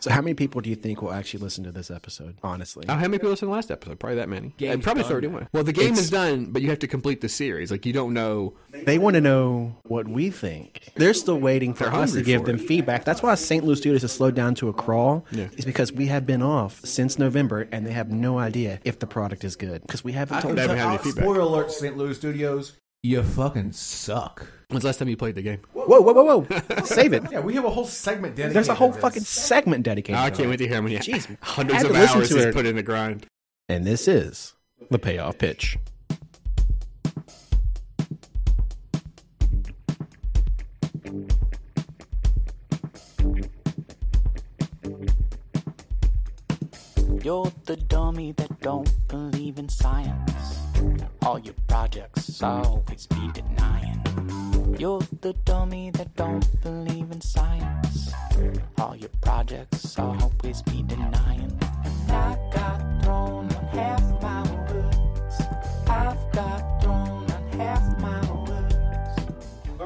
So, how many people do you think will actually listen to this episode? Honestly, Oh, how many people listened to the last episode? Probably that many. Game's And probably done, 31. man. Well, the game It's- is done, but you have to complete the series. Like, you don't know. they want to know what we think. They're still waiting for They're us to hungry give for them it. feedback. That's why St. Louis Studios has slowed down to a crawl. Yeah. Is because we have been off since November, and they have no idea if the product is good because we haven't told They them. haven't had any I'll- feedback. Spoiler alert, St. Louis Studios. You fucking suck. When's the last time you played the game? Whoa, whoa, whoa, whoa! Save it. Yeah, we have a whole segment dedicated There's a whole to this. fucking segment dedicated. I to can't it. wait to hear how many Jeez, hundreds had to of listen hours to he's it. put in the grind. And this is the payoff pitch. You're the dummy that don't believe in science. All your projects always be denying. You're the dummy that don't believe in science. All your projects always be denying. I got thrown on half my words. I've got thrown on half my words.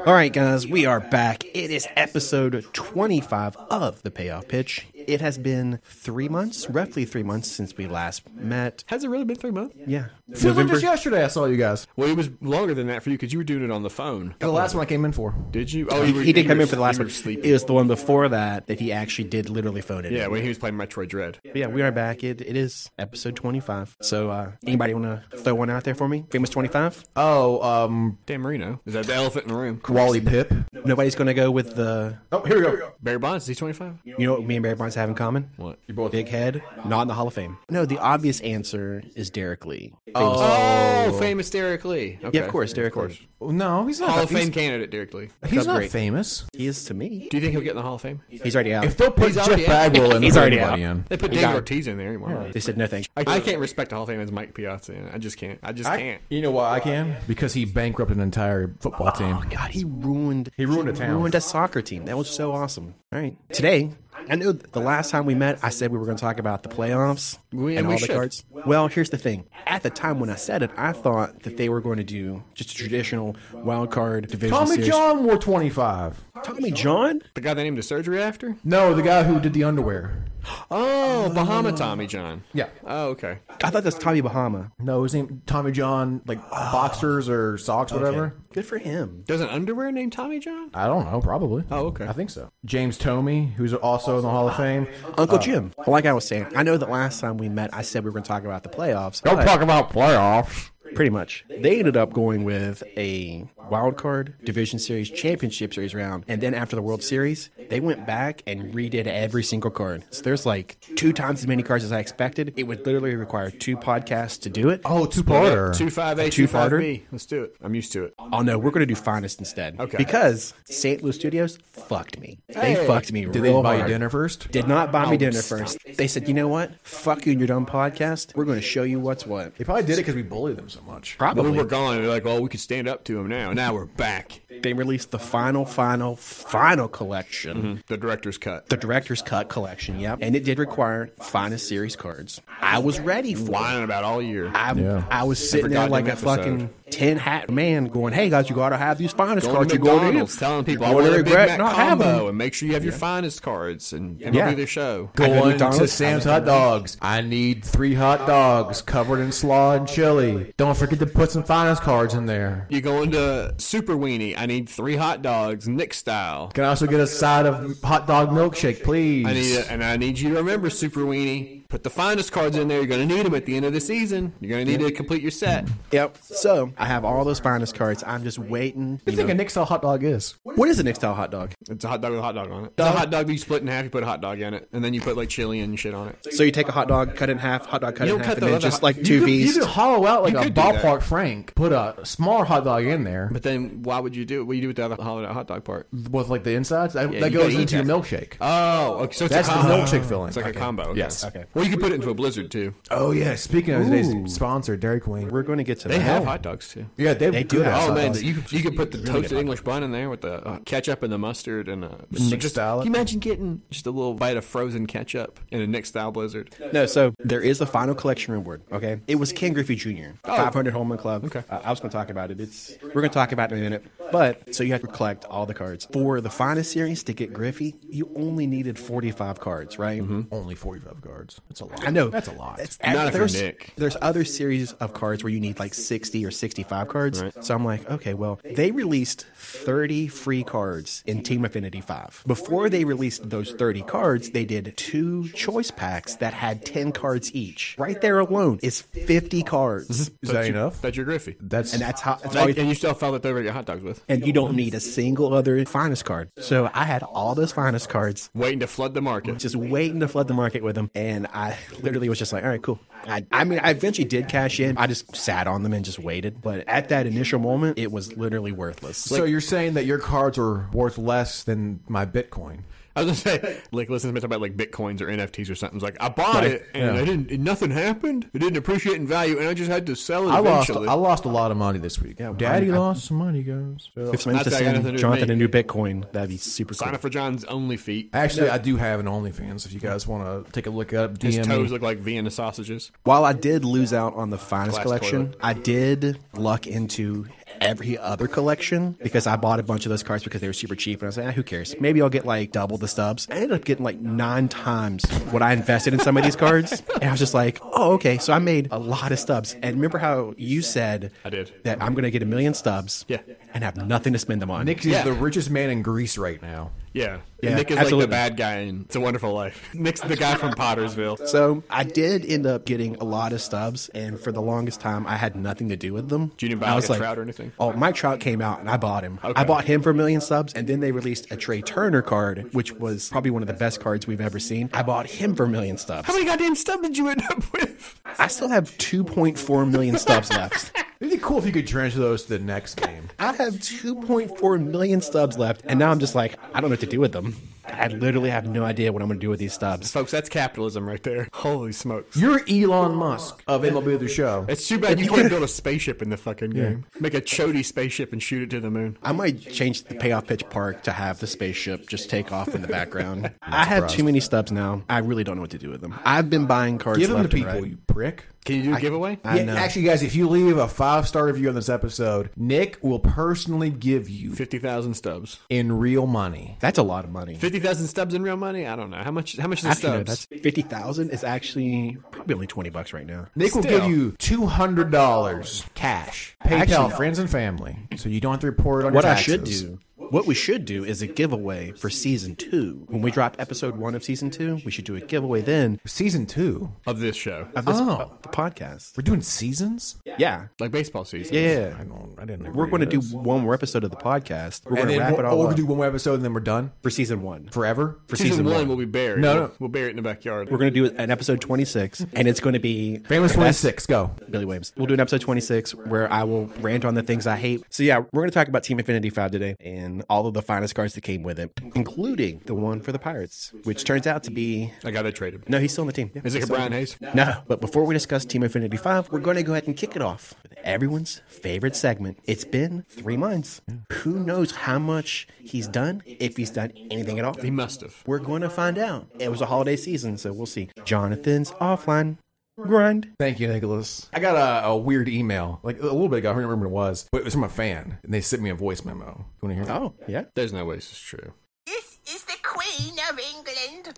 All right, guys, we are back. It is episode 25 of the payoff pitch. It has been three months, roughly three months, since we last met. Has it really been three months? Yeah. Feels like just yesterday I saw you guys. Well, it was longer than that for you because you were doing it on the phone. The last one I came in for. Did you? Oh, you were, He did you come were- in for the last you were one. Sleeping. It was the one before that that he actually did literally phone it. in. yeah, when he was playing Metroid Dread. But yeah, we are back. It, it is episode 25. So, uh, anybody want to throw one out there for me? Famous 25? Uh, Oh, um, Dan Marino. Is that the elephant in the room? Wally Pip. Nobody's going to go with the, Oh, here we go. Barry Bonds, is he 25? you know what me and Barry Bonds have in common? What? You both. Big head, not in the Hall of Fame. No, the obvious answer is Derek Lee. Oh, famous Derek Lee. Okay. Yeah, of course, Derek Lee. No, he's not. Hall of Fame he's candidate, Derek Lee. he's not Upgrade. famous. He is to me. Do you think he'll get in the Hall of Fame? He's already out. If they'll put He's Jeff already in. Bagwell in, He's they'll put already anybody out. in. They put Dave Ortiz in there anymore. They said no thanks. I, can't respect a Hall of Fame as Mike Piazza. in it. I just can't. I just can't. You know why I can? Because he bankrupted an entire football team. Oh, God, he ruined. He ruined a town. Ruined a soccer team. That was so awesome. All right, today. I know the last time we met, I said we were going to talk about the playoffs We- and we all the should. cards. Well, here's the thing. At the time when I said it, I thought that they were going to do just a traditional wild card division Tommy series. John wore 25. Tommy John? The guy they named the surgery after? No, the guy who did the underwear. Oh, Bahama Tommy John. Yeah. Oh, okay. I thought that's Tommy Bahama. No, his name Tommy John, like Oh. boxers or socks, whatever. Good for him. There's an underwear named Tommy John? I don't know, probably. Oh, okay. I think so. James Tomey, who's also in the Hall of Fame. Uncle Jim. Uh, Like I was saying, I know that last time we met, I said we were going to talk about the playoffs. but- about playoffs. Pretty much. They ended up going with a wild card, division series, championship series round, and then after the World Series, they went back and redid every single card. So there's like two times as many cards as I expected. It would literally require two podcasts to do it. Oh, two-parter. 258 Two farter? 25B. Let's do it. I'm used to it. Oh no, we're gonna do finest instead. Okay. Because St. Louis Studios fucked me. They Hey. fucked me Did they real buy you hard. dinner Oh. first? Did not buy me dinner first. They said, you know what? Fuck you and your dumb podcast. We're gonna show you what's what. They probably did it because we bullied them so much. When we Probably. were gone, we were like, oh, we could stand up to him now. Now we're back. They released the final, final, final collection. The director's cut. the director's cut collection. Yep, and it did require finest series cards. I was ready for it. Whining about all year. I, Yeah. I was sitting there forgotten like a episode. fucking tin hat man, going, "Hey guys, you gotta have these finest Going cards. to You're going to McDonald's, telling people I you're want going a to Big Mac regret not having combo them." and make sure you have your finest cards and, and Yeah. do their show. I go to Going to McDonald's, Sam's I Hot Dogs. I need three hot dogs covered in slaw and chili. Don't forget to put some finance cards in there. You go into Super Weenie. I need three hot dogs, Nick style. Can I also get a side of hot dog milkshake, please? I need and I need you to remember, Super Weenie. Put the finest cards in there. You're gonna need them at the end of the season. You're gonna need to complete your set. Yep. So I have all those finest cards. I'm just waiting. What do you think a Nick style hot dog is? What is an Nixtel hot dog? It's a hot dog with a hot dog on it. It's a hot dog that you split in half. You put a hot dog in it, and then you put like chili and shit on it. So you take a hot dog, cut it in half, hot dog cut You in don't half, cut and the then other just hot- like you two could- V's. You could hollow out like You a could do that. ballpark Frank, put a small hot dog in there But then why would you do it? What do you do with the other hot hot dog part? with like the insides. That, that you goes gotta eat into your that. milkshake. Oh, okay, so it's That's a the combo. milkshake filling. It's like Okay. a combo. okay. Yes. Okay. Well, you could put it into a blizzard too. Oh yeah. Speaking of Ooh. today's sponsor, Dairy Queen. We're going to get to They that. have hot dogs too. Yeah, they, They do good have at Oh hot hot man, dogs. you could, you could put the toasted English bun in there with the uh, ketchup and the mustard and a Mixed just, salad. Can you imagine getting just a little bite of frozen ketchup in a Nick style blizzard? No, so there is the final collection reward. Okay, it was Ken Griffey Jr. Oh. 500 Holman Club. Okay. Uh, I was going to talk about it. It's we're going to talk about it in a minute. But so you have to collect all the cards for the finest series to get Griffey. You only needed 45 cards, right? Only forty-five cards. That's a lot. I know Mm-hmm. That's a lot. That's- Not if you're there's, Nick. There's other series of cards where you need like 60 or 65 cards. So I'm like, okay, well, they released 30 free cards in Team Affinity 5. Before they released those 30 cards, they did two choice packs that had 10 cards each. Right there alone is 50 cards. Is that enough? That's your Griffey. That's And that's how that's all That- you and you still found that over your hot dogs with. and you don't need a single other finest card. So I had all those finest cards Waiting to flood the market. just waiting to flood the market with them. And I literally was just like, all right, cool. I, I mean, I eventually did cash in. I just sat on them and just waited. But at that initial moment, it was literally worthless. so you're saying that your cards are worth less than my Bitcoin? I was gonna say, like, listen to me talk about like bitcoins or NFTs or something. It's like, I bought it and yeah. I didn't. and Nothing happened. It didn't appreciate in value, and I just had to sell it I lost. eventually. I lost a lot of money this week. Daddy I- I- lost some money, guys. So- if someone That's to got nothing to do send with Jonathan me. a new Bitcoin, that'd be super cool. Sign up for John's only feet. Actually, I do have an OnlyFans. If you guys want to take a look up, His DM toes me. look like Vienna sausages. While I did lose out on the finest Glass collection, toilet. I did luck into every other collection because I bought a bunch of those cards because they were super cheap. And I was like, ah, who cares? Maybe I'll get like double the stubs. I ended up getting like nine times what I invested in some of these cards. And I was just like, oh, okay. So I made a lot of stubs. And remember how you said I did. that I'm going to get a million stubs Yeah. and have nothing to spend them on. Nick is the richest man in Greece right now. Yeah. Yeah, Nick is absolutely. like the bad guy in It's a Wonderful Life. Nick's the guy from Pottersville. so I did end up getting a lot of stubs, and for the longest time, I had nothing to do with them. Did you buy, I like, was a Trout or anything? Oh, Mike Trout came out, and I bought him. Okay. I bought him for a million subs, and then they released a Trey Turner card, which was probably one of the best cards we've ever seen. I bought him for a million stubs. How many goddamn stuff did you end up with? I still have 2.4 million stubs left. It'd be cool if you could transfer those to the next game. I have 2.4 million stubs left, and now I'm just like, I don't know what to do with them. I literally have no idea what I'm going to do with these stubs. Folks, that's capitalism right there. Holy smokes. You're Elon Musk of MLB The Show. It's too bad you can't build a spaceship in the fucking game. Make a chody spaceship and shoot it to the moon. I might change the payoff pitch park to have the spaceship just take off in the background. I have too many stubs now. I really don't know what to do with them. I've been buying cards Give them to left and people, right. you prick. Can you do a giveaway? I Yeah, know. actually, guys, if you leave a five star review on this episode, Nick will personally give you 50,000 stubs. in real money. That's a lot of money. 50,000 stubs in real money? I don't know. How much How much is the Actually, no, stubs? that's fifty thousand is actually probably only twenty bucks right now. Nick will Still. give you two hundred dollars cash, PayPal, Actually- friends and family, so you don't have to report on What your I taxes. should do, what we should do, is a giveaway for season two. When we drop episode one of season two, we should do a giveaway then Season two. of this show. of this Oh. the podcast. We're doing seasons. Yeah, Like baseball season. yeah. yeah. I don't. I didn't. We're agree going to do this. one more episode of the podcast. We're going and to then wrap we'll, it all or we up do one more episode and then we're done for season one. forever. For Season, one, will be buried. No, We'll- no. We'll bury it in the backyard. We're going to do an episode 26, and it's going to be Famous the twenty best- six. Go. Billy Williams. We'll do an episode 26 where I will rant on the things I hate. So, yeah, we're going to talk about Team Infinity 5 today and all of the finest cards that came with it, including the one for the Pirates, which turns out to be. I got it traded. No, he's still on the team. Yeah. Is it a Brian Hayes? No, but before we discuss Team Infinity 5, we're going to go ahead and kick it off with everyone's favorite segment. It's been three months. Who knows how much he's done, if he's done anything at all? He must have. We're going to find out. It was a holiday season, so we'll see. Jonathan's offline grind. Thank you, Nicholas. I got a, a weird email like a little bit ago. I don't remember what it was, but it was from a fan, and they sent me a voice memo. You want to hear? that? Oh, yeah. There's no way this is true. This is the Queen of England.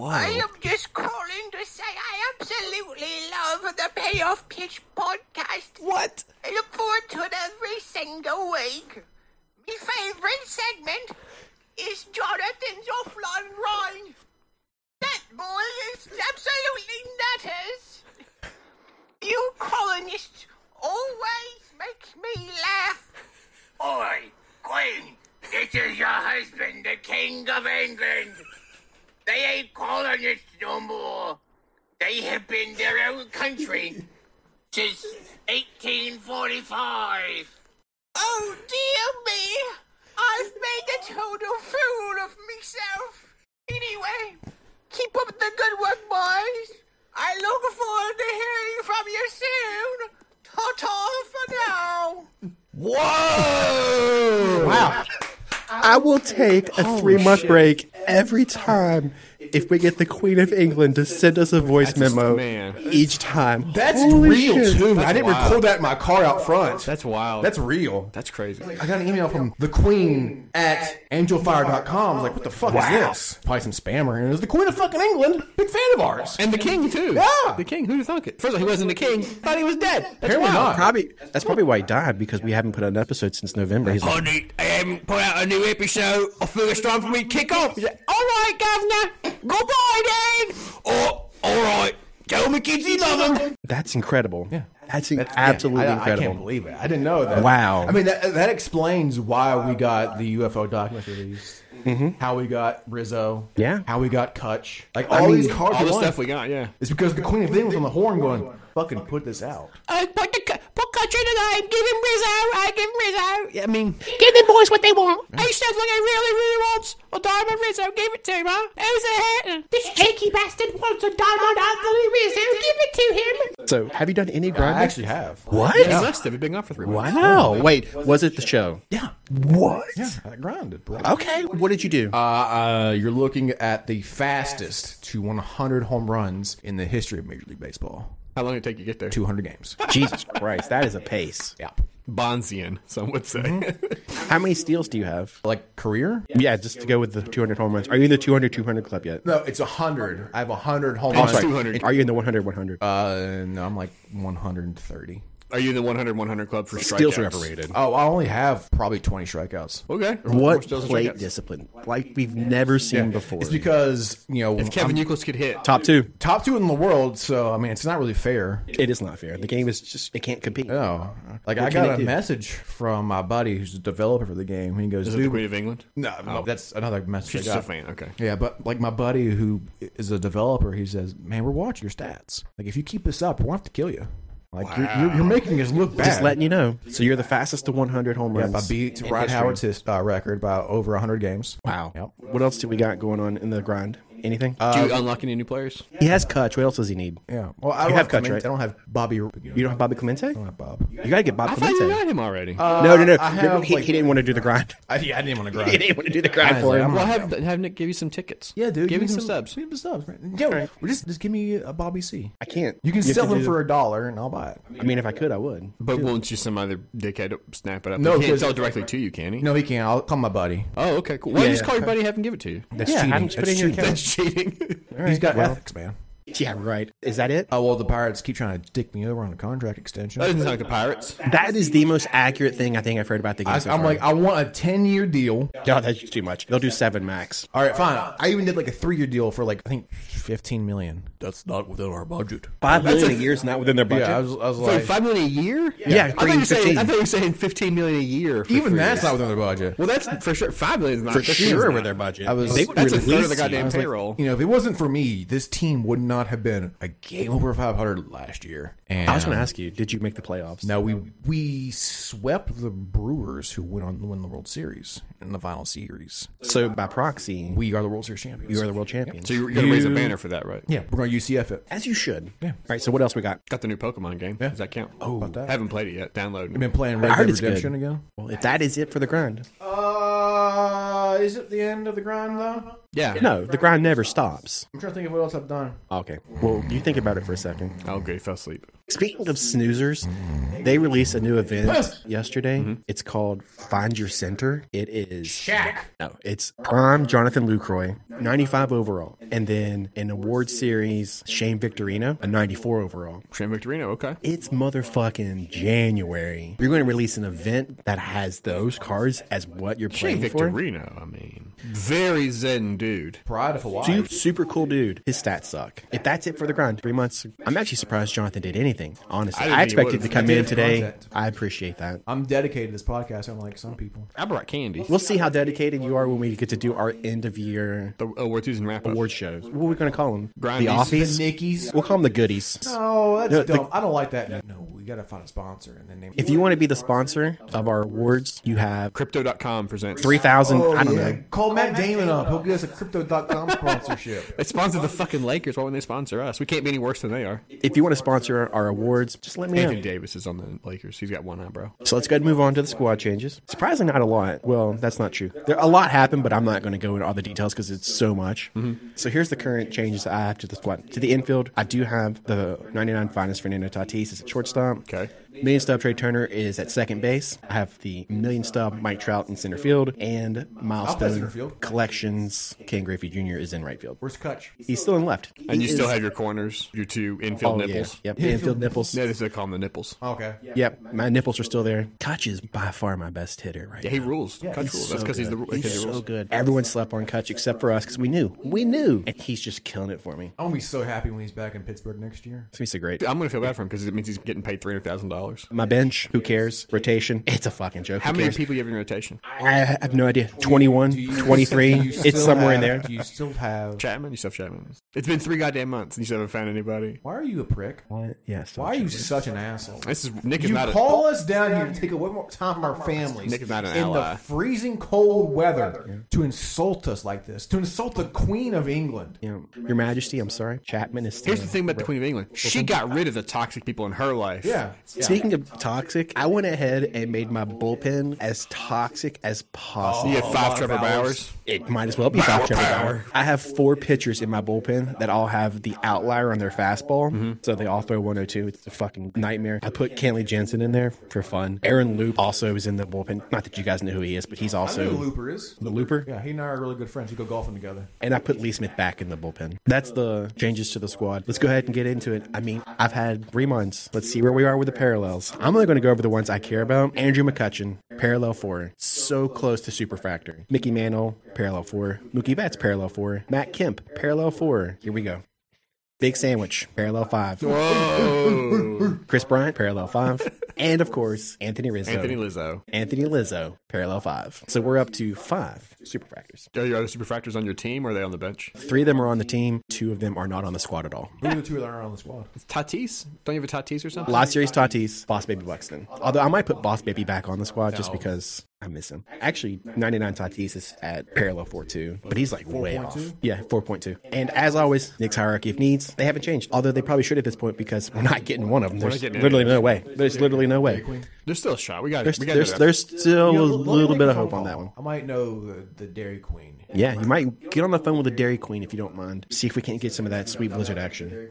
I am just calling to say I absolutely love the Payoff Pitch podcast. What? I look forward to it every single week. My favorite segment is Jonathan's Offline Rhyme. That boy is absolutely nutters. You colonists always make me laugh. Oi, Queen, this is your husband, the King of England. They ain't colonists no more. They have been their own country since 1845. Oh dear me! I've made a total fool of myself. Anyway, keep up the good work, boys. Whoa! Wow. I will take a three month break every time if we get the Queen of England to send us a voice memo man. each time. That's Holy real shit. too. I didn't wild. record that in my car out front. That's wild. That's real. that's crazy. I got an email from the queen at angelfire.com. I was like, what the fuck Wow. is this? Probably some spammer. And it was the queen of fucking England. Big fan of ours. And the king too. Yeah. the king. Who'd have thunk it? First of all, he wasn't the king. Thought he was dead. That's Apparently wild. not. Probably that's probably why he died because we haven't put out an episode since November. He's like, Honey, I haven't um, put out a new episode. I feel it's time for me to kick off. He's like, all right, governor. Goodbye, then. Oh, all right. Tell me kids you love them. that's incredible. Yeah, that's, in- Yeah, absolutely I- I can't incredible. believe it. I didn't know that. Wow. I mean, that, that explains why we got the UFO documentary released. Mm-hmm. How we got Rizzo. Yeah. How we got Kutch. Like all I mean, these cards All are the won. stuff we got, yeah. It's because the Queen of England was on the horn going, fucking put this out. Uh, put the cu- put country to nine. Give him Rizzo. I give him Rizzo. Yeah, I mean, Give the boys what they want. he said what he really, really wants. A diamond Rizzo. Give it to him, huh? How's that happening? This shaky bastard wants a diamond Anthony Rizzo. Give it to him. So, have you done any I grinding? actually have. What? He must have. He'd been gone for three months. Wow. Wait, was it the show? Yeah. What? Yeah. I grinded, bro. Okay. What did you do? Uh, uh, you're looking at the fastest to 100 home runs in the history of Major League Baseball. How long did it take you to get there? 200 games. Jesus Christ, that is a pace. Yeah. Bonzian, some would say. Mm-hmm. How many steals do you have? Like career? Yeah, just to go with the 200 home runs. Are you in the 200 200 club yet? No, it's 100. I have 100 home Oh, I'm runs. sorry. 200. Are you in the 100 100? Uh, no, I'm like 130. Are you in the 100 100 club for Steals strikeouts? are overrated. Oh, I only have probably 20 strikeouts. Okay. More What steals than plate strikeouts. discipline? Like we've never seen before. It's because, you know, If Kevin I'm Euclid could hit, Top two. top two in the world, so, I mean, it's not really fair. It is not fair. The game is just, it can't compete. No. Like, I can got it a do? message from my buddy who's the developer for the game. and He goes, is it the dude, Queen of England? no, no, Oh, that's another message. I She's just got. a fan. Okay. Yeah, but like my buddy who is a developer, he says, "Man, we're watching your stats. Like if you keep this up, we'll have to kill you. Like you're, you're, you're making us look bad." Just letting you know. So you're the fastest to 100 home Yep, I runs. beat Rod Howard's his, uh, record by over 100 games. Wow. Yep. What else do we got going on in the grind? Anything? Uh, Do you unlock any new players? he has Kutch. What else does he need? Yeah. Well, I don't have have, Kutch, Clemente- right? I don't have Bobby. You You don't have Bobby Clemente? don't have Bob. You got to get Bobby I thought you Clemente. got him already. No, no, no. uh, I have, he, like- he didn't want to do the grind. I, yeah, I didn't want to he grind. didn't want to do the grind for him. well, have have Nick give you some tickets. Yeah, dude. Give me him some subs. Give me some subs. man. Yeah, well, just just give me a Bobby C. I can't. You can have sell to him do- for a dollar, and I'll buy it. I mean, if I could, I would. But won't you some other dickhead snap it up? No, he can't because- sell directly to you, can he? No, he can't. I'll call my buddy. Oh, okay, cool. Why don't you just yeah. call your buddy and have him give it to you? That's Yeah, cheating. I'm just That's putting it in your cheating. account. That's cheating. He's got ethics, man. Yeah, right. Is that it? Oh well, the Pirates keep trying to dick me over on a contract extension. that doesn't sound like the Pirates. That is the most accurate thing I think I've heard about the game. I, so I'm far. like, I want a 10 year deal. no, that's too much. They'll do seven max. All right, fine. I even did like a three year deal for like, I think 15 million. That's not within our budget. Five million a year is not within their budget. Yeah, I was, I was Wait, like, five million a year? Yeah, I thought you green were saying 15. I thought you were saying fifteen million a year. for even three that's years. not within their budget. Well, that's for sure. Five million is not for that's sure not. with their budget. I was- they That's a third of the released goddamn you. payroll. You know, if it wasn't for me, this team would not have been a game over 500 last year. And I was going to ask you, did you make the playoffs? Now we we swept the Brewers, who went on to win the World Series in the final series. So by proxy, We are the World Series champions. you are the world champion. so you're gonna raise a banner for that, right? yeah, we're going to UCF it. as you should. Yeah. All right. So what else we got? Got the new Pokemon game. Does that count? Oh, that? haven't played it yet. Download. Been playing Red I heard Dead it's good. Redemption again. Well, if that is it for the grind, Uh, is it the end of the grind though? Yeah. no, the grind never stops. I'm trying to think of what else I've done. Okay. Well, you think about it for a second. Oh, great. Fell asleep. Speaking of snoozers, Mm. they released a new event yesterday. Mm-hmm. It's called Find Your Center. It is Shaq. No, it's Prime Jonathan Lucroy, 95 overall, and then an award series Shane Victorino, a 94 overall. Shane Victorino. Okay. It's motherfucking January. You're going to release an event that has those cards as what you're Shane playing for. Victorino. I mean, very zen dude. Pride of Hawaii. Dude, super cool dude. His stats suck. If that's it for the grind, three months. I'm actually surprised Jonathan did anything. Honestly, I I, didn't think he expected to would've. come in today. content. I appreciate that. I'm dedicated to this podcast. I'm like some people. I brought candy. We'll see how dedicated you are when we get to do our end of year The awards and wrap up. award shows. What are we going to call them? Grindies. The offies? Nickies. We'll call them the goodies. Oh, that's No, the- dumb. I don't like that. No, we gotta find a sponsor and then name. If you want to be the sponsor of our awards, you have Crypto.com presents. 3,000. Oh, I don't know. Call Matt Damon up. He'll get us a crypto.com sponsorship. They sponsored the fucking Lakers. Why wouldn't they sponsor us? We can't be any worse than they are. If you want to sponsor our awards, just let me know. Anthony Davis is on the Lakers. He's got one eyebrow. So let's go ahead and move on to the squad changes. Surprisingly, not a lot. Well, that's not true. There, a lot happened, but I'm not going to go into all the details because it's so much. Mm-hmm. So here's the current changes I have to the squad. To the infield, I do have the 99 finest Fernando Tatis is at shortstop. Okay. Million stub Trey Turner is at second base. I have the million stub Mike Trout in center field and center milestone field. collections. Ken Griffey Jr. is in right field. Where's Kutch? He's still in left. And He you still is- have your corners, your two oh, infield yeah. nipples. Yep, infield nipples. No, this is they call them the nipples. Okay. Yep, my nipples are still there. Kutch is by far my best hitter right Yeah, he rules. Cut rules. That's because he's the that's 'cause he rules. good. Everyone slept on Kutch except for us because we knew. We knew. And he's just killing it for me. I'm gonna be so happy when he's back in Pittsburgh next year. It's gonna be so great. I'm gonna feel bad for him because it means he's getting paid three hundred thousand dollars. My bench, who cares? Rotation, it's a fucking joke. How who many cares? people you have in rotation? I have no idea. 21, 23. Do you It's still somewhere in have- there. Do you still have? Chapman, you still have Chapman. It's been three goddamn months and you still haven't found anybody. Why are you a prick? Yes. Why are you such an asshole? This is Nick is You not. call us down here and take away more time from our families Nick is not an in ally. the freezing cold weather to insult us like this, to insult the Queen of England. You know, Your Majesty, I'm sorry. Chapman is still. here's the thing about the Queen of England. She got rid of the toxic people in her life. Yeah. Speaking of toxic, I went ahead and made my bullpen as toxic as Oh, possible. You have five Trevor Bowers. It might as well be five Trevor Bauer. I have four pitchers in my bullpen that all have the outlier on their fastball, so they all throw 102. It's a fucking nightmare. I put Kenley Jensen in there for fun. Aaron Loop also is in the bullpen. Not that you guys know who he is, but he's also Who Looper is? the looper. Yeah, he and I are really good friends. We go golfing together. And I put Lee Smith back in the bullpen. That's the changes to the squad. Let's go ahead and get into it. I mean, I've had three months. Let's see where we are with the parallels. I'm only going to go over the ones I care about. Andrew McCutcheon, parallel four. So close to Super Factor. Mickey Mantle, parallel four. Mookie Betts, parallel four. Matt Kemp, parallel four. Here we go. Big Sandwich, parallel five. Whoa. Chris Bryant, parallel five. And of course, Anthony Rizzo. Anthony Lizzo. Anthony Lizzo, parallel five. So we're up to five Super Factors. Are your other superfractors on your team or are they on the bench? Three of them are on the team. Two of them are not on the squad at all. Who are the two that are on the squad? Tatis? Don't you have a Tatis or something? La Series Tatis, Boss Baby Buxton. Although I might put Boss Baby back on the squad just because I miss him. Actually, 99 Tatis is at parallel 4 2, but he's like way off. Yeah, 4.2. And as always, Nick's hierarchy of needs, they haven't changed. Although they probably should at this point because we're not getting one of them. There's not getting literally no way. There's literally no way. There's still a shot. We got There's, we got to do there's, that. there's still a You know, let me little make bit a of hope phone on that call. one. I might know the, the Dairy Queen. Yeah, you might get on the phone with a Dairy Queen if you don't mind. See if we can't get some of that sweet blizzard action.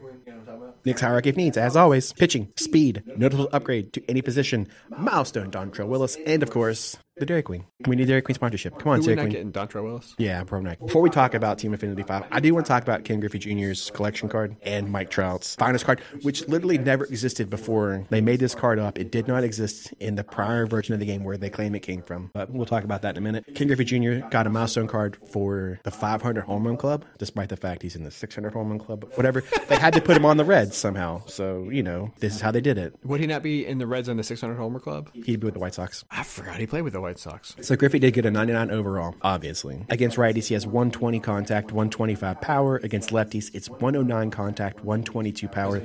Nick's hierarchy of needs, as always, pitching, speed, notable upgrade to any position, milestone Dontrell Willis, and of course, the Dairy Queen. We need Dairy Queen sponsorship. Come on, Who are we Dairy not Queen. getting? Dontre Willis? yeah, probably not. Before we talk about Team Infinity 5, I do want to talk about Ken Griffey Jr.'s collection card and Mike Trout's finest card, which literally never existed before they made this card up. It did not exist in the prior version of the game where they claim it came from, but we'll talk about that in a minute. Ken Griffey Jr. got a milestone card for the 500 home run club, despite the fact he's in the 600 home run club, but whatever. they had to put him on the Reds somehow. So, you know, this is how they did it. Would he not be in the Reds on the 600 homer club? He'd be with the White Sox. I forgot he played with the White Sox. So Griffey did get a 99 overall, obviously. Against righties, he has 120 contact, 125 power. Against lefties, it's 109 contact, 122 power.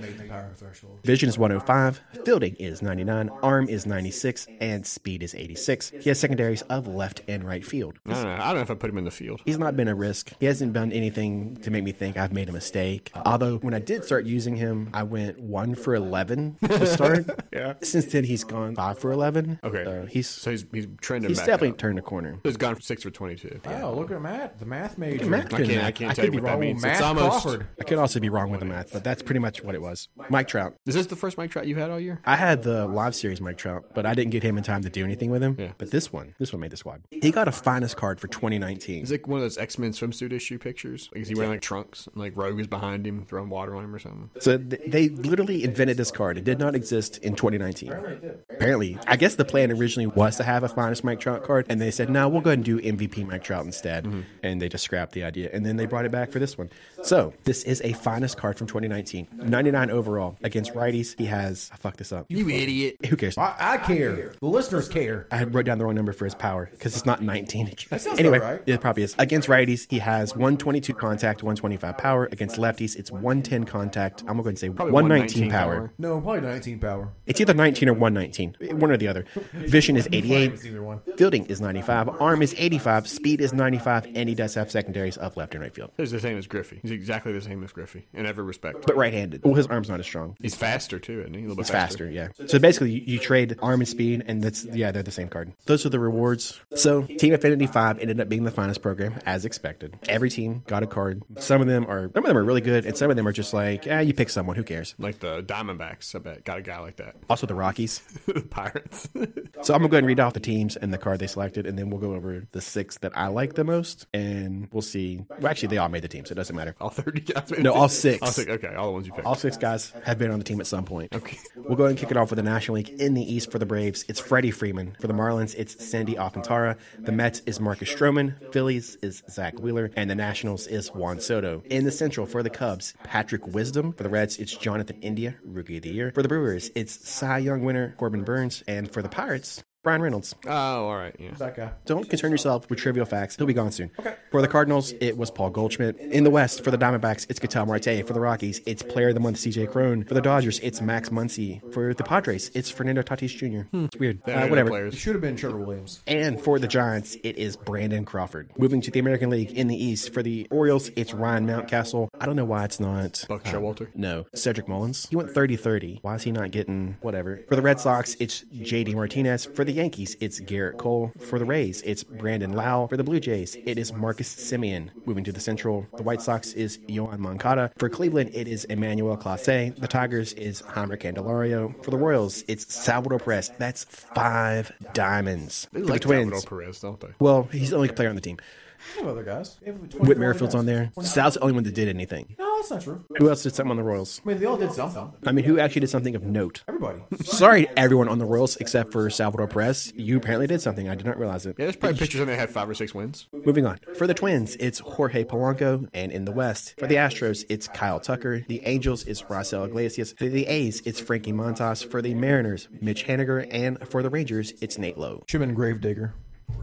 Vision is 105, fielding is 99, arm is 96, and speed is 86. He has secondaries of left and right field. I don't know. I don't know if I put him in the field. He's not been a risk. He hasn't done anything to make me think I've made a mistake. Although when I did start using him, I went one for eleven to start. yeah. Since then, he's gone five for eleven. Okay. So Uh, he's So he's, he's trending he's back definitely up. turned a corner. He's gone for 6 for 22. Oh, look at Matt, the math major. Matt I did can't, that. I can't I tell you could be what that wrong. means. Matt it's almost. Crawford. I could also be wrong with the math, but that's pretty much what it was. Mike Trout. Is this the first Mike Trout you've had all year? I had the live series Mike Trout, but I didn't get him in time to do anything with him. But this one, this one made the squad. He got a finest card for 2019. Is it one of those X Men swimsuit issue pictures? Like, is he wearing like trunks? And, like Rogue is behind him, throwing water on him or something. So th- they literally invented this card. It did not exist in 2019. Apparently, I guess the plan originally was to have a finest Mike Trout card, and they said, "No, we'll go ahead and do MVP Mike Trout instead." And they just scrapped the idea, and then they brought it back for this one. So this is a finest card from 2019, 99 overall against righties. He has I fucked this up. You idiot! Who cares? I, I care. The listeners care. I wrote down the wrong number for his power because it's not 19. sounds anyway, about right. it probably is. Against righties, he has 122 contact, 125 power. Against lefties, it's 110 contact. I'm going to go and say Probably 119 119 power. power. No, probably 19 power. It's either 19 or 119, one or the other. Vision is 88, It's either one. fielding is 95, arm is 85, speed is 95, and he does have secondaries of left and right field. He's the same as Griffey. He's exactly the same as Griffey in every respect. But right handed. Well, his arm's not as strong. he's faster too, isn't he? A little bit It's faster, yeah. So basically, you, you trade arm and speed, and that's yeah, they're the same card. Those are the rewards. So Team Affinity Five ended up being the finest program, as expected. Every team got a card. Some of them are some of them are really good, and some of them are just like, ah, you pick someone, who cares? Like the Diamondbacks, I bet got a guy like that. Also the Rockies. the Pirates. So I'm gonna go ahead and read off the teams and the card they selected, and then we'll go over the six that I like the most, and we'll see. Well, actually, they all made the team, so it doesn't matter. all thirty guys. No, all six. All six. Okay, all the ones you picked. All six guys have been on the team at some point. Okay. We'll go ahead and kick it off with the National League in the East for the Braves. It's Freddie Freeman. For the Marlins, it's Sandy Alcantara. The Mets is Marcus Stroman. Phillies is Zach Wheeler. And the Nationals is Juan Soto. In the Central for the Cubs, Patrick Wisdom. For the Reds, it's Jonathan India, Rookie of the Year. For the Brewers, it's Cy Young winner Corbin Burns. And for the Pirates, Brian Reynolds. Oh, all right. Yeah. That guy. Don't concern yourself with trivial facts. He'll be gone soon. For the Cardinals, it was Paul Goldschmidt. In the West, for the Diamondbacks, it's Catal Marte. For the Rockies, it's Player of the Month CJ Crone. For the Dodgers, it's Max Muncy. For the Padres, it's Fernando Tatis Jr. It's weird. They're Uh, good whatever. It Players. should have been Trevor Williams. And for the Giants, it is Brandon Crawford. Moving to the American League in the East, for the Orioles, it's Ryan Mountcastle. I don't know why it's not. Buck Showalter. No, Cedric Mullins. He went 30 30. Why is he not getting whatever? For the Red Sox, it's JD Martinez. For the Yankees, it's Garrett Cole. For the Rays, it's Brandon Lau. For the Blue Jays, it is Marcus Simeon. Moving to the Central, the White Sox is Yohan Moncada. For Cleveland, it is Emmanuel Clase. The Tigers is Heimer Candelario. For the Royals, it's Salvador Perez. That's five diamonds. They For like the Twins, Salvador Perez, don't they? well, he's the only player on the team. They have other guys. They have 24 Whit other Merrifield's guys. on there. Sal's the only one that did anything. No, that's not true. Who else did something on the Royals? I mean, they all did something. I mean, who actually did something of note? Everybody. Sorry, everyone on the Royals except for Salvador Perez. You apparently did something. I did not realize it. Yeah, there's probably pictures in there that had five or six wins. Moving on. For the Twins, it's Jorge Polanco, and in the West, for the Astros, it's Kyle Tucker. The Angels, it's Rossell Iglesias. For the A's, it's Frankie Montas. For the Mariners, Mitch Haniger, and for the Rangers, it's Nate Lowe. Should have been Gravedigger.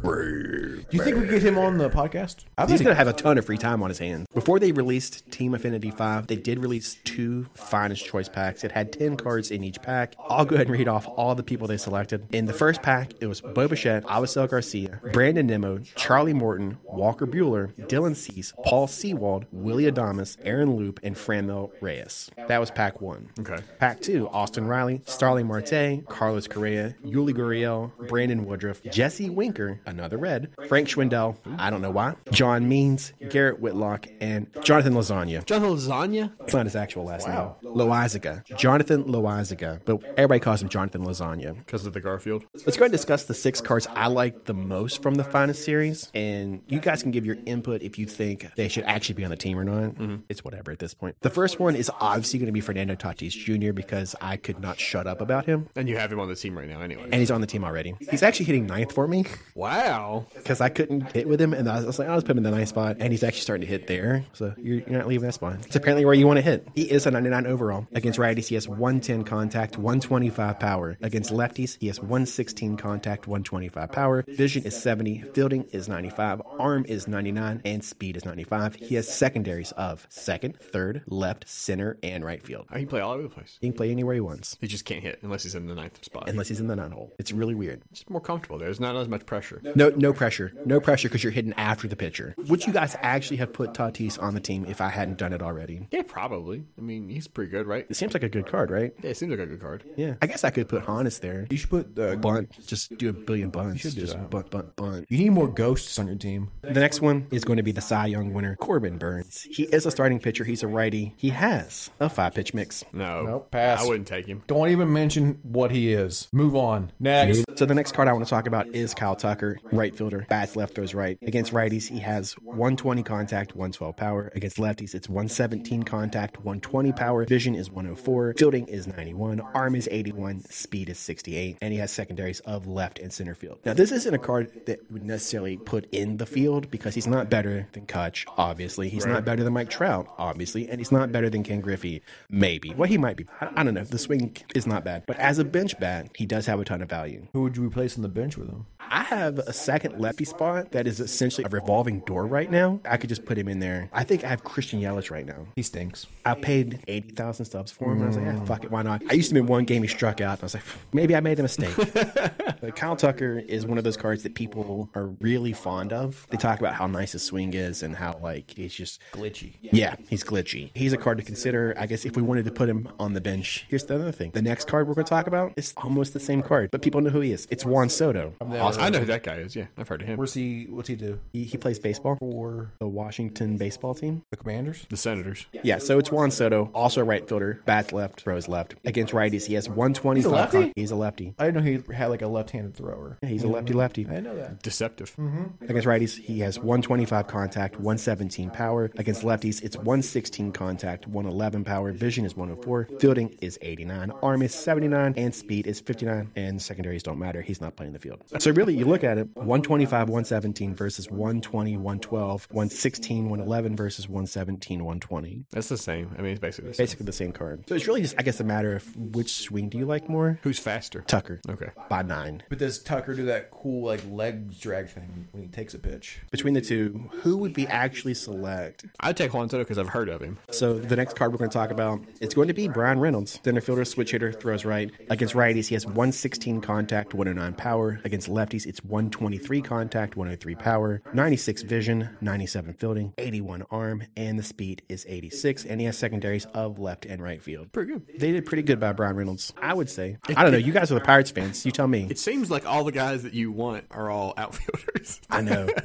Do you think we could get him on the podcast? I He's bet going to have a ton of free time on his hands. Before they released Team Affinity 5, they did release two Finest Choice packs. It had 10 cards in each pack. I'll go ahead and read off all the people they selected. In the first pack, it was Bo Bichette, Avisel Garcia, Brandon Nemo, Charlie Morton, Walker Bueller, Dylan Cease, Paul Seawald, Willie Adamas, Aaron Loop, and Framil Reyes. That was pack one. Okay. Pack two, Austin Riley, Starling Marte, Carlos Correa, Yuli Gurriel, Brandon Woodruff, Jesse Winker, another red, Frank Schwindel, I don't know why, John Means, Garrett Whitlock, and Jonathan Lasagna. Jonathan Lasagna. It's not his actual last name. Loizaga. Jonathan Loizaga. But everybody calls him Jonathan Lasagna. Because of the Garfield. Let's go ahead and discuss the six cards I like the most from the finest series. And you guys can give your input if you think they should actually be on the team or not. It's whatever at this point. The first one is obviously going to be Fernando Tatis Jr. because I could not shut up about him. And you have him on the team right now anyway. And he's on the team already. He's actually hitting ninth for me Wow. because I couldn't hit with him. And I was, I was like, I'll just put him in the ninth spot. And he's actually starting to hit there. So you're, you're not leaving that spot. It's apparently where you want to hit. He is a 99 overall. Against righties, he has 110 contact, 125 power. Against lefties, he has 116 contact, 125 power. Vision is 70. Fielding is 95. Arm is 99. And speed is 95. He has secondaries of second, third, left, center, and right field. Uh, He can play all over the place. He can play anywhere he wants. He just can't hit unless he's in the ninth spot. Unless he's in the nine hole. It's really weird. it's more comfortable there. There's not as much pressure. No, no pressure. No pressure because you're hitting after the pitcher. Would you guys actually have put Tatis on the team if I hadn't done it already? Yeah, probably. I mean, he's pretty good, right? It seems like a good card, right? Yeah, it seems like a good card. Yeah. I guess I could put Hannes there. You should put. Uh, Bunt. Just do a billion bunts. should do just that. bunt, bunt, bunt. you need more ghosts on your team. The next one is going to be the Cy Young winner, Corbin Burns. He is a starting pitcher. He's a righty. He has a five pitch mix. No. Nope, pass. I wouldn't take him. Don't even mention what he is. Move on. Next. So the next card I want to talk about is Kyle Tucker, right fielder. Bats left, throws right. Against righties, he has 120 contact, 112 power. Against lefties, it's 117 contact, 120 power. Vision is 104. Fielding is 91. Arm is 81. Speed is 68. And he has secondaries of left and center field. Now this isn't a card that would necessarily put in the field because he's not better than Kutch, obviously. He's not better than Mike Trout, obviously, and he's not better than Ken Griffey. Maybe. Well, he might be. I, I don't know. The swing is not bad, but as a bench bat, he does have a ton of value. Who would you replace on the bench with him? I have a second lefty spot that is essentially a revolving door right now. I could just put him in there. I think I have Christian Yelich right now. He stinks. I paid 80,000 subs for him. And I was like, yeah, fuck it, why not? I used to be in one game, he struck out. And I was like, maybe I made a mistake. but Kyle Tucker is one of those cards that people are really fond of. They talk about how nice his swing is and how, like, he's just glitchy. Yeah, he's glitchy. He's a card to consider, I guess, if we wanted to put him on the bench. Here's the other thing the next card we're going to talk about is almost the same card, but people know who he is. It's Juan Soto. I know who that guy is. Yeah, I've heard of him. Where's he? What's he do? He, he plays baseball for Or the Washington baseball team. the Commanders? The Senators. Yeah, so it's Juan Soto, also a right fielder, bats left, throws left. Against righties, he has 120. He's a lefty? He's a lefty. I didn't know he had like a left-handed thrower. Yeah, he's a lefty lefty. I know that. Deceptive. Against righties, he has 125 contact, 117 power. Against lefties, it's 116 contact, 111 power. Vision is 104. Fielding is 89. Arm is 79. And speed is 59. And secondaries don't matter. He's not playing the field. So really, you look at it 125, 117 versus 120, 112, 116, 111 versus 117, 120. That's the same. I mean, it's basically the same. Basically the same card. So it's really just, I guess, a matter of which swing do you like more? Who's faster? Tucker. Okay. By nine. But does Tucker do that cool like leg drag thing when he takes a pitch? Between the two, who would we actually select? I'd take Juan Soto because I've heard of him. So the next card we're going to talk about, it's going to be Brian Reynolds, center fielder, switch hitter, throws right. Against righties, he has 116 contact, 109 power. Against lefties, it's 123 contact, 103 power, 96 vision, 97 fielding, 81 arm, and the speed is 86. And he has secondaries of left and right field. Pretty good. They did pretty good by Brian Reynolds, I would say. I don't know. You guys are the Pirates fans. You tell me. It seems like all the guys that you want are all outfielders. I know.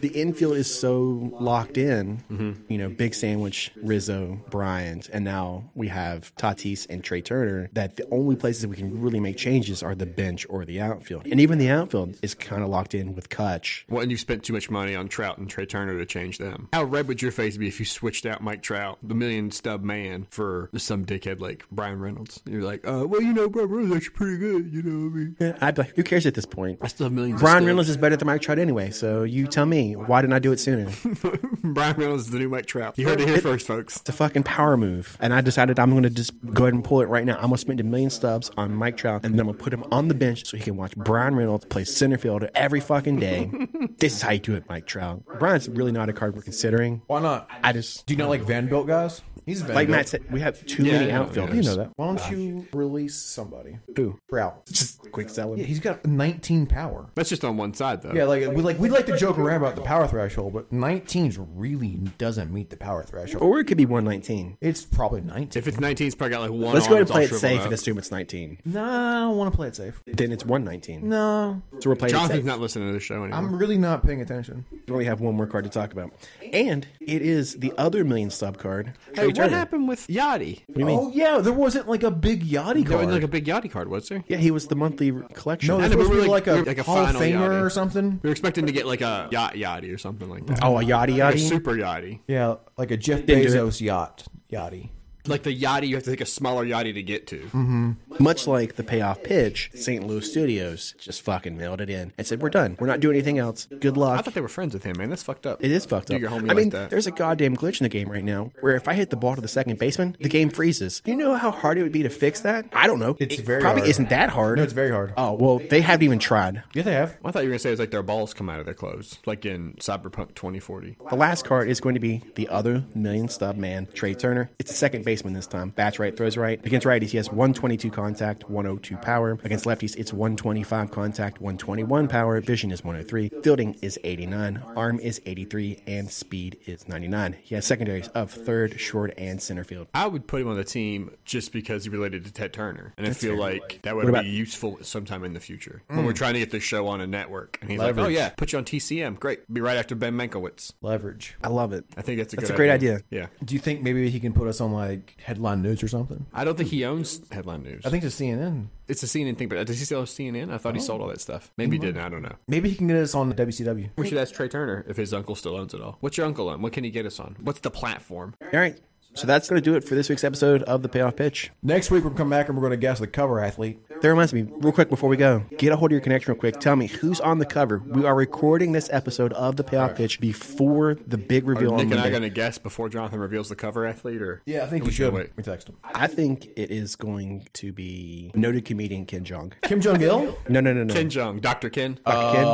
The infield is so locked in. You know, Big Sandwich, Rizzo, Bryant, and now we have Tatis and Trey Turner that the only places we can really make changes are the bench or the outfield. And even the outfield is kind of locked in with Kutch. Well, and you spent too much money on Trout and Trey Turner to change them. How red would your face be if you switched out Mike Trout, the million stub man, for some dickhead like Brian Reynolds? You're like, uh, well, you know, Brian Reynolds actually pretty good. You know what I mean? Yeah, I'd be like, who cares at this point? I still have millions. of Brian stubs. Reynolds is better than Mike Trout anyway, so you tell me, why didn't I do it sooner? It's Brian Reynolds is the new Mike Trout. You heard it here first, folks. a fucking power move. And I decided I'm going to just go ahead and pull it right now. I'm going to spend a million stubs on Mike Trout, and then I'm going to put him on the bench so he can watch Brian Reynolds play center field every fucking day. this is how you do it, Mike Trout. Brian's really not a card we're considering. Why not? I just, Do you not like Vanderbilt guys? He's a like Vanderbilt. Matt said, we have too Yeah, many I know, outfielders. yeah. You know that. Why don't you release somebody? Who? Trout. Just quick selling. Yeah, he's got 19 power. That's just on one side, though. Yeah, like we like we like to joke around about the power threshold, but 19's really doesn't meet the power threshold. Or it could be 119. It's probably 19. If it's 19, it's probably got like one. Let's go ahead and arm, it's all play it shriveled safe up. and assume it's 19. No, I don't want to play it safe. Then it's 119. No, So we're playing it Jonathan's safe. not listening to the show anymore. I'm really not paying attention. we only have one more card to talk about. And it is the other million stub card. Trey hey, what Turner. happened with Yachty? Oh yeah, there wasn't like a big yachty There card. was like a big Yachty card, was there? Yeah, he was the monthly collection. no, I there know, was but we're like, like a like- like a Hall of final Famer yachty. or something. We were expecting to get like a yacht Yachty or something like that. Oh, a yachty yachty. A super Yachty. Yeah, like a Jeff Didn't do it. Bezos yacht yachty. Like the Yachty, you have to take a smaller Yachty to get to. Mm-hmm. Much like the payoff pitch, St. Louis Studios just fucking mailed it in and said, "We're done. We're not doing anything else. Good I luck." thought they were friends with him, man. That's fucked up. It is fucked You up. get homie I mean, like that. there's a goddamn glitch in the game right now where if I hit the ball to the second baseman, the game freezes. You know how hard it would be to fix that? I don't know. It's It very probably hard. isn't that hard. No, it's very hard. Oh well, they haven't even tried. Yeah, they have. I thought you were gonna say it's like their balls come out of their clothes, like in Cyberpunk 2040. The last card is going to be the other million stub man, Trey Turner. It's a second baseman this time. Bats right, throws right. Against righties, he has 122 contact, 102 power. Against lefties, it's 125 contact, 121 power. Vision is 103. Fielding is 89. Arm is 83. And speed is 99. He has secondaries of third, short, and center field. I would put him on the team just because he related to Ted Turner, and I feel like that would What about- Mm. be useful sometime in the future when we're trying to get this show on a network. And he's like, "Oh Leverage. yeah, put you on TCM. Great, be right after Ben Mankiewicz." Leverage. I love it. I think that's a That's good a great idea. Yeah, Do you think maybe he can put us on like headline news or something? I don't think he owns Headline News. I think it's CNN. it's a CNN thing, but does he still have CNN? I Oh. thought he sold all that stuff. Maybe Mm-hmm. he didn't. I don't know. Maybe he can get us on WCW. We should ask Trey Turner if his uncle still owns it all. What's your uncle on? What can he get us on? What's the platform? All right. So that's going to do it for this week's episode of the Payoff Pitch. Next week, we're going to come back and we're going to guess the cover athlete. That reminds me, real quick before we go, get a hold of your connection real quick. Tell me who's on the cover. We are recording this episode of the Payoff Pitch before the big reveal Nick on and I Monday. going to guess before Jonathan reveals the cover athlete, or Yeah, I think we you should. wait. We text him. I think it is going to be noted comedian Ken Jong. Kim Jong Il? No, no, no, no. Ken Jong, Doctor Ken, Ken.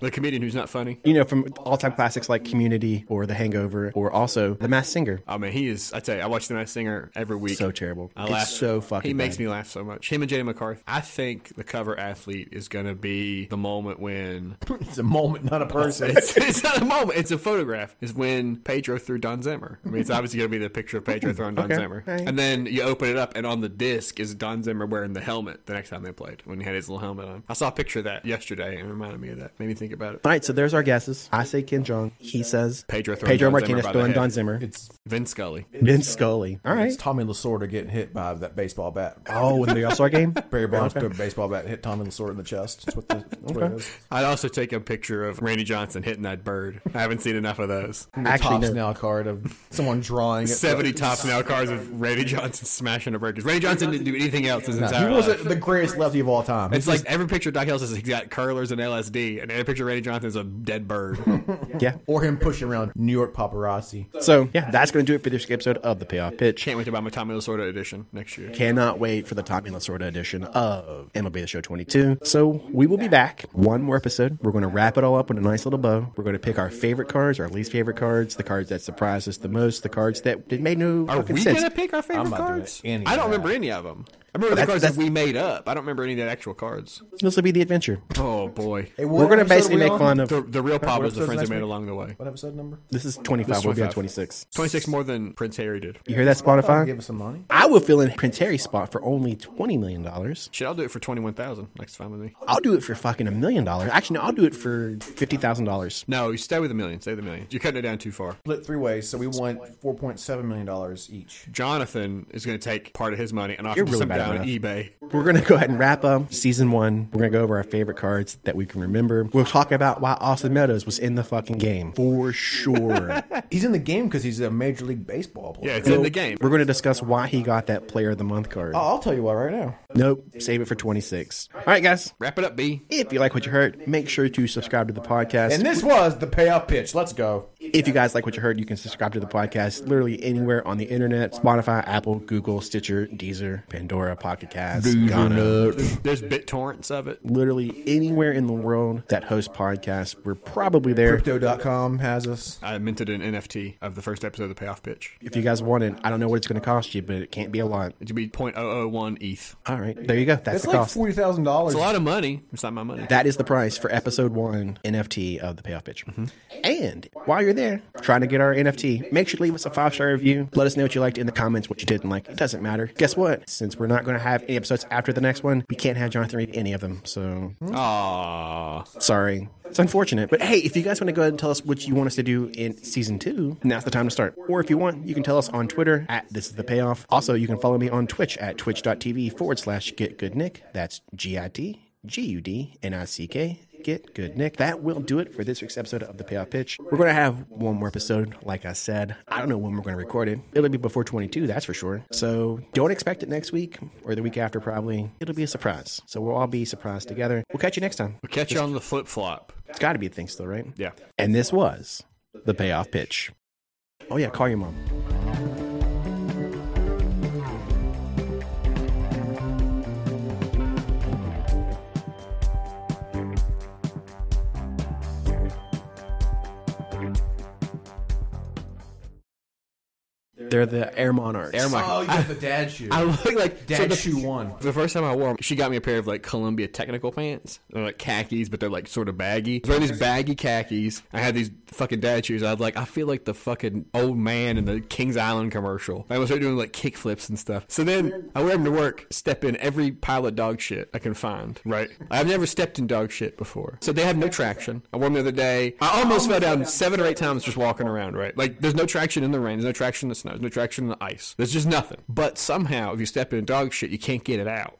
the comedian who's not funny. You know, from all-time classics like Community or The Hangover or also The Masked Singer. Oh man, he is. I tell you, I watch The Masked Singer every week. So terrible. I It's laugh so fucking He makes bad. me laugh so much. Him and Jay McCarthy. I think the cover athlete is going to be the moment when It's a moment, not a person. it's, it's not a moment. It's a photograph. Is when Pedro threw Don Zimmer. I mean, it's obviously going to be the picture of Pedro throwing Don Okay. Zimmer. All right. And then you open it up, and on the disc is Don Zimmer wearing the helmet the next time they played when he had his little helmet on. I saw a picture of that yesterday and it reminded me of that. Made me think about it. All right, so there's our guesses. I say Ken Jong. He says Pedro throwing Pedro Don Zimmer Martinez by the throwing head. Don Zimmer. It's Vin Scully. Vince Scully. All right. it's Tommy Lasorda getting hit by that baseball bat. Oh, in the All Star game? Barry Bonds threw a baseball bat and hit Tommy Lasorda in the chest. That's what the, that's what it is. I'd also take a picture of Randy Johnson hitting that bird. I haven't seen enough of those. Actually, tops no. now card of someone drawing it. 70 tops now cars of Randy Johnson smashing a bird. 'Cause Randy Johnson didn't do anything else his He entire life. wasn't the greatest lefty of all time. It's like every picture of Doc Hill says he's got curlers and LSD, and every picture of Randy Johnson is a dead bird. Yeah. or him pushing around New York paparazzi. So, yeah, that's going to do it for this episode of the Payoff Pitch. Can't wait to buy my Tommy Lasorda edition next year. Cannot wait for the Tommy Lasorda edition of MLB The Show 22. So we will be back. One more episode. We're going to wrap it all up with a nice little bow. We're going to pick our favorite cards, our least favorite cards, the cards that surprised us the most, the cards that did made no Are fucking we sense. gonna pick our favorite not doing cards? any I of don't that. remember any of them. I remember the That's- cards that that's- we made up. I don't remember any of the actual cards. this will be the adventure. Oh boy, We're going to basically make fun of the, the real pop was the episode's friends I next made week? along the way. What episode number? this is 25. we'll be on 25. 26. Twenty six more than Prince Harry did. You hear that, Give Spotify? us some money. I will fill in Prince Harry's spot for only $20 million. Shit, I'll do it for twenty one thousand. Next time with me. I'll do it for fucking a million dollars. Actually, no, I'll do it for $50,000. No, you stay with a million. Stay with a million. You're cutting it down too far. Split three ways, so we want four point seven million dollars each. Jonathan is going to take part of his money and offer You're really some bad down at on eBay. We're going to go ahead and wrap up season one. We're going to go over our favorite cards that we can remember. We'll talk about why Austin Meadows was in the fucking game for sure. He's in the game because he's a major league baseball player. Yeah, it's in the game. Oh. We're going to discuss why he got that player of the month card. I'll I'll tell you why right now. Nope, save it for 26. All right, guys. Wrap it up, B. If you like what you heard, make sure to subscribe to the podcast. And this was the payoff pitch. Let's go. If you guys like what you heard, you can subscribe to the podcast literally anywhere on the internet Spotify, Apple, Google, Stitcher, Deezer, Pandora, Pocket Cast, Ghana. There's BitTorrents of it. Literally anywhere in the world that hosts podcasts, we're probably there. Crypto.com has us. I minted an NFT of the first episode of the Payoff Pitch. If you guys want it, I don't know what it's going to cost you, but it can't be a lot. It would be 0.001 ETH. All right, there you go. That's It's the like cost. forty thousand dollars. E It's a lot of money. It's not my money. That is the price for episode one NFT of the payoff pitch. And while you're there trying to get our NFT, make sure to leave us a five star review. Let us know what you liked in the comments, what you didn't like. It doesn't matter. Guess what? Since we're not going to have any episodes after the next one, we can't have Jonathan read any of them. So Aww. sorry. It's unfortunate. But hey, if you guys want to go ahead and tell us what you want us to do in season two, now's the time to start. Or if you want, you can tell us on Twitter at This Is The Payoff. Also, you can follow me on Twitch at twitch.tv forward slash Get Good Nick. That's G I T G U D N I C K. Get good, Nick. That will do it for this week's episode of the Payoff Pitch. We're going to have one more episode, like I said. I don't know when we're going to record it. It'll be before 22, that's for sure. So don't expect it next week or the week after, probably. It'll be a surprise. So we'll all be surprised together. We'll catch you next time. We'll catch you on the flip flop. It's got to be a thing still, right? Yeah. And this was the payoff pitch. Oh, yeah, call your mom. They're the Air Monarchs. Air Monarchs. Oh, you got the dad shoe. I look like Dad so the- shoe one. The first time I wore them, she got me a pair of like Columbia technical pants. They're like khakis, but they're like sort of baggy. I was wearing these baggy khakis. I had these fucking dad shoes. I was like, I feel like the fucking old man in the Kings Island commercial. I was started doing like kick flips and stuff. So then I wear them to work, step in every pile of dog shit I can find. Right. I've never stepped in dog shit before. So they have no traction. I wore them the other day. I almost fell down seven or eight times just walking around, right? Like there's no traction in the rain, there's no traction in the snow, there's no traction in the ice. There's just nothing. But somehow if you step in dog shit, you can't get it out.